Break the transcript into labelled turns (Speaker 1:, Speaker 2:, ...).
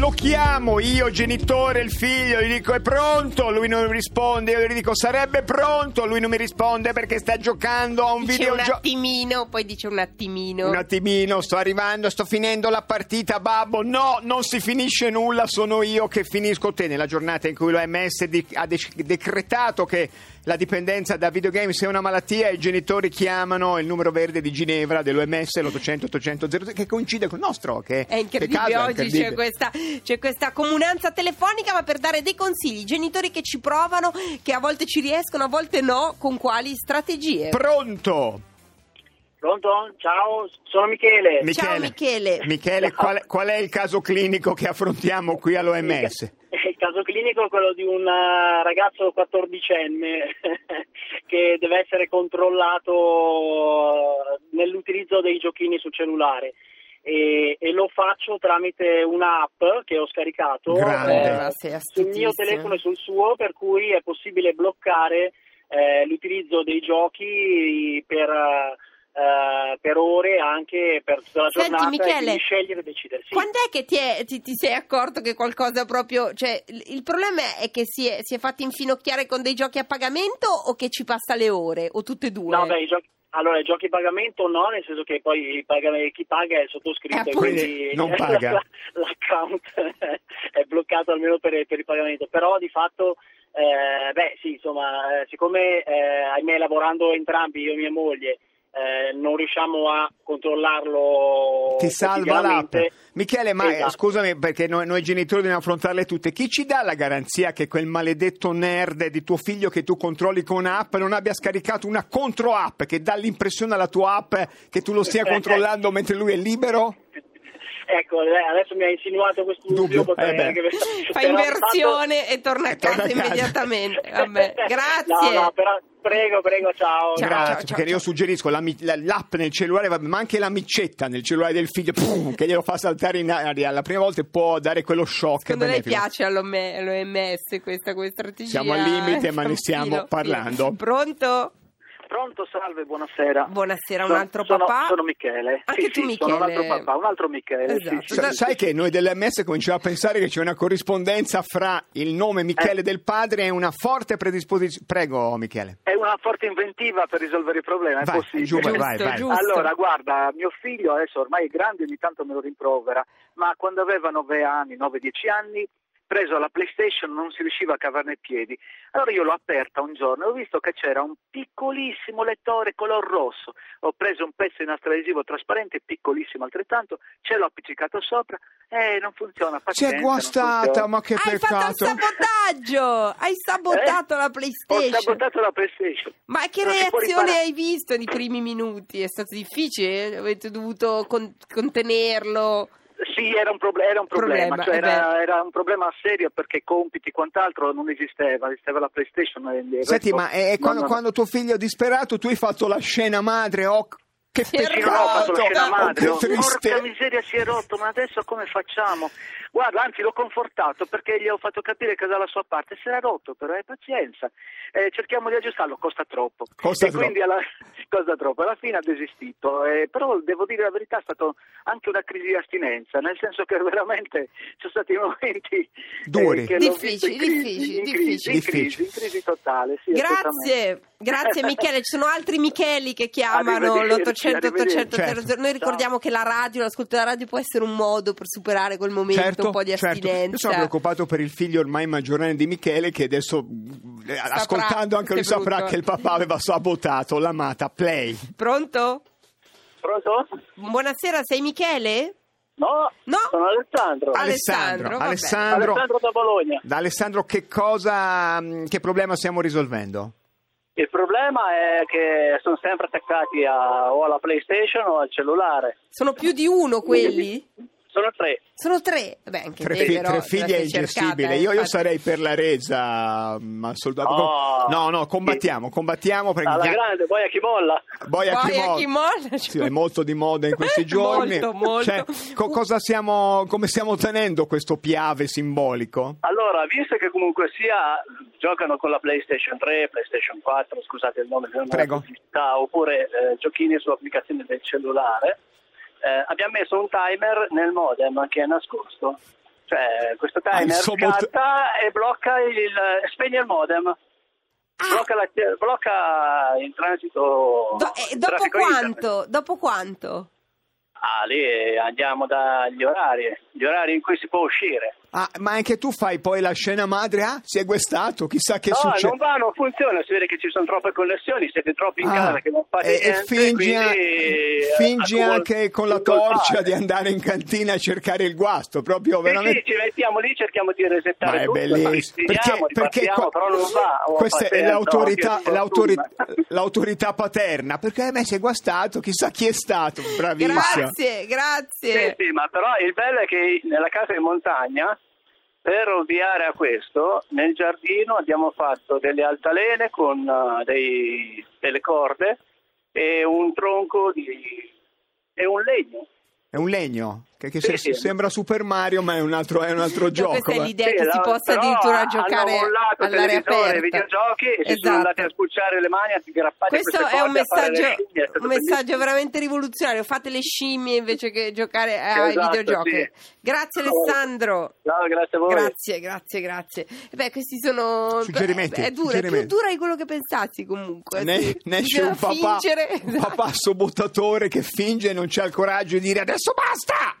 Speaker 1: lo chiamo io, genitore, il figlio, gli dico è pronto, lui non mi risponde, io gli dico sarebbe pronto, lui non mi risponde perché sta giocando a un
Speaker 2: Dice un
Speaker 1: videogioco.
Speaker 2: attimino, poi dice un attimino.
Speaker 1: Un attimino, sto arrivando, sto finendo la partita, babbo. No, non si finisce nulla, sono io che finisco te. Nella giornata in cui l'OMS di- ha dec- decretato che la dipendenza da videogame sia una malattia, i genitori chiamano il numero verde di Ginevra dell'OMS, l'800 800 00, che coincide col nostro. Che,
Speaker 2: È
Speaker 1: che
Speaker 2: incredibile,
Speaker 1: caso, è
Speaker 2: oggi
Speaker 1: incredibile.
Speaker 2: C'è, questa, c'è questa comunanza telefonica, ma per dare dei consigli, genitori che ci provano, che a volte ci riescono, a volte no, con quali strategie.
Speaker 1: Pronto,
Speaker 3: Pronto? Ciao, sono Michele.
Speaker 1: Eh, Michele.
Speaker 2: Michele.
Speaker 1: Michele, qual, qual è il caso clinico che affrontiamo qui
Speaker 2: Eh,
Speaker 1: all'OMS?
Speaker 3: Il caso clinico è quello di un eh, ragazzo 14enne che deve essere controllato eh, nell'utilizzo dei giochini sul cellulare e, e lo faccio tramite un'app che ho scaricato
Speaker 1: Grande.
Speaker 3: eh,
Speaker 2: ma sei
Speaker 3: sul mio
Speaker 2: astutissimo.
Speaker 3: telefono e sul suo per cui è possibile bloccare eh, l'utilizzo dei giochi per, eh, per ore anche per tutta la
Speaker 2: Senti,
Speaker 3: giornata
Speaker 2: Michele,
Speaker 3: e quindi scegliere e decidere. Sì.
Speaker 2: Quando è che ti, è- ti- ti sei accorto che qualcosa proprio... Cioè, il il problema è che si è, si è fatti infinocchiare con dei giochi a pagamento o che ci passa le ore? O tutte e due?
Speaker 3: No, beh, i giochi, allora, i giochi a pagamento no, nel senso che poi i paga- chi paga è il sottoscritto,
Speaker 2: Eh,
Speaker 3: e
Speaker 2: appunto.
Speaker 3: quindi
Speaker 1: Non paga.
Speaker 3: l'account è bloccato almeno per, per il pagamento. Però di fatto, eh, beh sì, insomma, eh, siccome eh, ahimè lavorando entrambi, io e mia moglie, eh, non riusciamo a controllarlo
Speaker 1: Ti salva l'app.
Speaker 3: quotidianamente.
Speaker 1: Michele, ma eh,
Speaker 3: Esatto.
Speaker 1: scusami perché noi, noi genitori dobbiamo affrontarle tutte. Chi ci dà la garanzia che quel maledetto nerd di tuo figlio che tu controlli con app non abbia scaricato una contro-app che dà l'impressione alla tua app che tu lo stia controllando mentre lui è libero?
Speaker 3: Ecco, eh, adesso mi ha insinuato questo dubbio,
Speaker 1: Dubbio,
Speaker 3: potrei
Speaker 1: eh beh.
Speaker 3: anche-
Speaker 2: Fa
Speaker 3: però di fatto-
Speaker 2: inversione e torna a
Speaker 1: E torna
Speaker 2: casa
Speaker 1: a casa.
Speaker 2: immediatamente. Vabbè, grazie.
Speaker 3: No, no, però, prego, prego, ciao.
Speaker 2: Ciao.
Speaker 1: Grazie,
Speaker 2: ciao,
Speaker 1: perché
Speaker 2: ciao.
Speaker 1: io suggerisco la mi- la- l'app nel cellulare, vabbè, ma anche la micetta nel cellulare del figlio pum, che glielo fa saltare in aria la prima volta e può dare quello shock.
Speaker 2: Secondo lei
Speaker 1: benefico.
Speaker 2: piace all'OM- all'OMS questa, questa strategia?
Speaker 1: Siamo al limite, ma ne
Speaker 2: Filo,
Speaker 1: stiamo
Speaker 2: filo.
Speaker 1: parlando.
Speaker 2: Pronto?
Speaker 3: Pronto, salve, buonasera.
Speaker 2: Buonasera, un
Speaker 3: Sono-
Speaker 2: altro
Speaker 3: sono-
Speaker 2: papà.
Speaker 3: Sono Michele.
Speaker 2: Anche
Speaker 3: Sì,
Speaker 2: tu,
Speaker 3: sì,
Speaker 2: Michele.
Speaker 3: Sono un altro papà, un altro Michele. sì,
Speaker 2: Esatto.
Speaker 3: sì,
Speaker 1: Sa-
Speaker 2: Esatto.
Speaker 1: sai che noi dell'MS cominciamo a pensare che c'è una corrispondenza fra il nome Michele
Speaker 3: Eh.
Speaker 1: del padre e una forte predisposizione. Prego, Michele.
Speaker 3: È una forte inventiva per risolvere il problema, è
Speaker 1: Vai,
Speaker 3: possibile.
Speaker 1: giù, vai,
Speaker 2: Giusto,
Speaker 1: vai, vai.
Speaker 2: giusto.
Speaker 3: Allora, guarda, mio figlio adesso ormai è grande, ogni tanto me lo rimprovera, ma quando aveva 9 anni, 9-10 anni, preso la PlayStation non si riusciva a cavarne i piedi. Allora io l'ho aperta un giorno e ho visto che c'era un piccolissimo lettore color rosso. Ho preso un pezzo di nastro adesivo trasparente, piccolissimo altrettanto, ce l'ho appiccicato sopra e non funziona. pazienza,
Speaker 1: C'è
Speaker 3: Ah, non
Speaker 1: guastata,
Speaker 3: funziona.
Speaker 1: ma che
Speaker 2: Hai fatto
Speaker 1: peccato.
Speaker 2: un sabotaggio! Hai sabotato
Speaker 3: Eh?
Speaker 2: la
Speaker 3: Ho
Speaker 2: PlayStation.
Speaker 3: sabotato la PlayStation.
Speaker 2: Ma che
Speaker 3: Non si può
Speaker 2: reazione
Speaker 3: riparare.
Speaker 2: hai visto nei primi minuti? È stato difficile? Avete dovuto con- contenerlo?
Speaker 3: Sì, era un, proble- era un problema,
Speaker 2: Problema,
Speaker 3: cioè
Speaker 2: eh
Speaker 3: era, era un problema serio perché compiti e quant'altro non esisteva, esisteva la PlayStation. e il
Speaker 1: Senti,
Speaker 3: resto-
Speaker 1: ma è, è
Speaker 3: no,
Speaker 1: quando,
Speaker 3: no, no.
Speaker 1: quando tuo figlio è disperato, tu hai fatto la scena madre. Oh, che
Speaker 2: Si è
Speaker 3: Sì, no, ho fatto la
Speaker 2: rotto.
Speaker 3: scena
Speaker 1: peccato! Oh,
Speaker 3: madre,
Speaker 1: che
Speaker 3: oh, porca
Speaker 1: triste!
Speaker 3: miseria si è rotto, ma adesso come facciamo? Guarda, anzi l'ho confortato perché gli ho fatto capire che dalla sua parte si era rotto, però è pazienza, Eh, cerchiamo di aggiustarlo, costa troppo.
Speaker 1: Costa
Speaker 3: e quindi alla, costa troppo, alla fine ha desistito, Eh, però devo dire la verità è stata anche una crisi di astinenza, nel senso che veramente ci sono stati momenti eh,
Speaker 1: Duri.
Speaker 3: che l'ho visto
Speaker 2: Difficili,
Speaker 3: in crisi,
Speaker 2: difficili,
Speaker 3: in crisi, in
Speaker 1: difficili.
Speaker 3: crisi, in crisi totale. sì, assolutamente.
Speaker 2: Grazie, grazie Michele. Ci sono altri Micheli che chiamano
Speaker 3: Arrivederci,
Speaker 2: l'800 800
Speaker 1: arrivederci. Certo.
Speaker 2: Noi ricordiamo che la radio, l'ascolto della radio può essere un modo per superare quel momento un po' di
Speaker 1: certo.
Speaker 2: astinenza.
Speaker 1: Io sono preoccupato per il figlio ormai maggiorenne di Michele che adesso, eh, ascoltando anche lui,
Speaker 2: che brutto.
Speaker 1: saprà che il papà aveva sabotato l'amata Play.
Speaker 2: Pronto?
Speaker 3: Pronto?
Speaker 2: Buonasera, sei Michele?
Speaker 3: No,
Speaker 2: No.
Speaker 3: sono Alessandro.
Speaker 2: Ale- Alessandro, vabbè.
Speaker 1: Alessandro,
Speaker 3: Alessandro da Bologna.
Speaker 1: da Alessandro che cosa, mh, che problema stiamo risolvendo?
Speaker 3: Il problema è che sono sempre attaccati a- o alla PlayStation o al cellulare.
Speaker 2: Sono più di uno quelli?
Speaker 3: Sono tre.
Speaker 2: Sono tre. Beh, anche
Speaker 1: Tre,
Speaker 2: te,
Speaker 1: fi-
Speaker 2: però,
Speaker 1: tre
Speaker 2: te
Speaker 1: figli
Speaker 2: la
Speaker 1: è
Speaker 2: sei cercata,
Speaker 1: ingestibile.
Speaker 2: eh,
Speaker 1: io, io
Speaker 2: infatti.
Speaker 1: sarei per la resa. mh, assolutamente.
Speaker 3: Oh.
Speaker 1: No, no, combattiamo, combattiamo perché
Speaker 3: Alla
Speaker 1: gna-
Speaker 3: grande, poi a chi molla.
Speaker 1: Boia
Speaker 2: Boia
Speaker 1: Chimol-
Speaker 2: Chimol,
Speaker 1: Sì, è molto di moda in questi giorni.
Speaker 2: Molto, molto.
Speaker 1: Cioè, co- cosa siamo, come stiamo tenendo questo piave simbolico?
Speaker 3: Allora, visto che comunque sia giocano con la PlayStation 3, PlayStation 4, scusate il nome, non è
Speaker 1: Prego.
Speaker 3: una pubblicità, oppure eh, giochini su applicazioni del cellulare, eh, abbiamo messo un timer nel modem che è nascosto. Cioè, questo
Speaker 1: Ah, il
Speaker 3: timer
Speaker 1: suo bot-
Speaker 3: scatta e blocca il, spegne il modem. Blocca, la- blocca il transito.
Speaker 2: Ah. Do- eh,
Speaker 3: il
Speaker 2: dopo
Speaker 3: traffico internet.
Speaker 2: quanto? Dopo quanto?
Speaker 3: Ah, lì eh, andiamo dagli orari, gli orari in cui si può uscire.
Speaker 1: Ah, ma anche tu fai poi la scena madre? Ah, si è guestato, chissà che
Speaker 3: no,
Speaker 1: succede.
Speaker 3: non va, non funziona, si vede che ci sono troppe connessioni, siete troppi in
Speaker 1: Ah,
Speaker 3: casa che non fate
Speaker 1: e, e
Speaker 3: niente.
Speaker 1: fingi,
Speaker 3: quindi,
Speaker 1: a-
Speaker 3: eh,
Speaker 1: fingi
Speaker 3: accumul-
Speaker 1: anche con la
Speaker 3: accumulare.
Speaker 1: torcia di andare in cantina a cercare il guasto, proprio
Speaker 3: Sì,
Speaker 1: veramente.
Speaker 3: sì, ci mettiamo lì, cerchiamo di
Speaker 1: Ma
Speaker 3: resettare
Speaker 1: è
Speaker 3: tutto,
Speaker 1: bellissimo. Perché,
Speaker 3: ripartiamo,
Speaker 1: perché
Speaker 3: ripartiamo,
Speaker 1: qua-
Speaker 3: però non va. oh,
Speaker 1: questa è
Speaker 3: pazienza,
Speaker 1: l'autorità,
Speaker 3: occhio di
Speaker 1: l'autori-
Speaker 3: fortuna.
Speaker 1: l'autorità paterna. Perché a me si è guastato, chissà chi è stato. Bravissimo.
Speaker 2: Grazie,
Speaker 3: Sì,
Speaker 2: grazie.
Speaker 3: sì, ma però il bello è che nella casa in montagna, per ovviare a questo, nel giardino abbiamo fatto delle altalene con eh, dei- delle corde e un tronco di... e un legno.
Speaker 1: È un legno che, che
Speaker 3: Sì,
Speaker 1: se-
Speaker 3: sì.
Speaker 1: sembra Super Mario, ma è un altro, è un altro
Speaker 2: Cioè,
Speaker 1: gioco.
Speaker 2: Questa è
Speaker 1: ma-
Speaker 2: l'idea
Speaker 3: Sì,
Speaker 2: che si
Speaker 3: la-
Speaker 2: possa
Speaker 3: però
Speaker 2: addirittura
Speaker 3: hanno
Speaker 2: giocare
Speaker 3: mollato il
Speaker 2: all'aria
Speaker 3: televisore,
Speaker 2: aperta. Esatto.
Speaker 3: i videogiochi e si sono andati a spucciare le mani, a aggrappare
Speaker 2: Questo
Speaker 3: queste
Speaker 2: è un
Speaker 3: corde, a fare le
Speaker 2: messaggio,
Speaker 3: scimmie, è stato
Speaker 2: un
Speaker 3: bellissimo.
Speaker 2: messaggio veramente rivoluzionario. Fate le scimmie invece che giocare ai
Speaker 3: Esatto,
Speaker 2: videogiochi.
Speaker 3: sì.
Speaker 2: Grazie
Speaker 3: Ciao.
Speaker 2: Alessandro.
Speaker 3: Ciao, grazie a voi.
Speaker 2: Grazie, grazie, grazie. E Beh, questi sono
Speaker 1: Suggerimenti,
Speaker 2: È, è dura, è più
Speaker 1: suggerimenti.
Speaker 2: dura di quello che pensassi comunque.
Speaker 1: Ne,
Speaker 2: sì.
Speaker 1: ne esce
Speaker 2: Bisogna
Speaker 1: un papà,
Speaker 2: fingere.
Speaker 1: un papà sobottatore che finge e non c'ha il coraggio di dire adesso basta!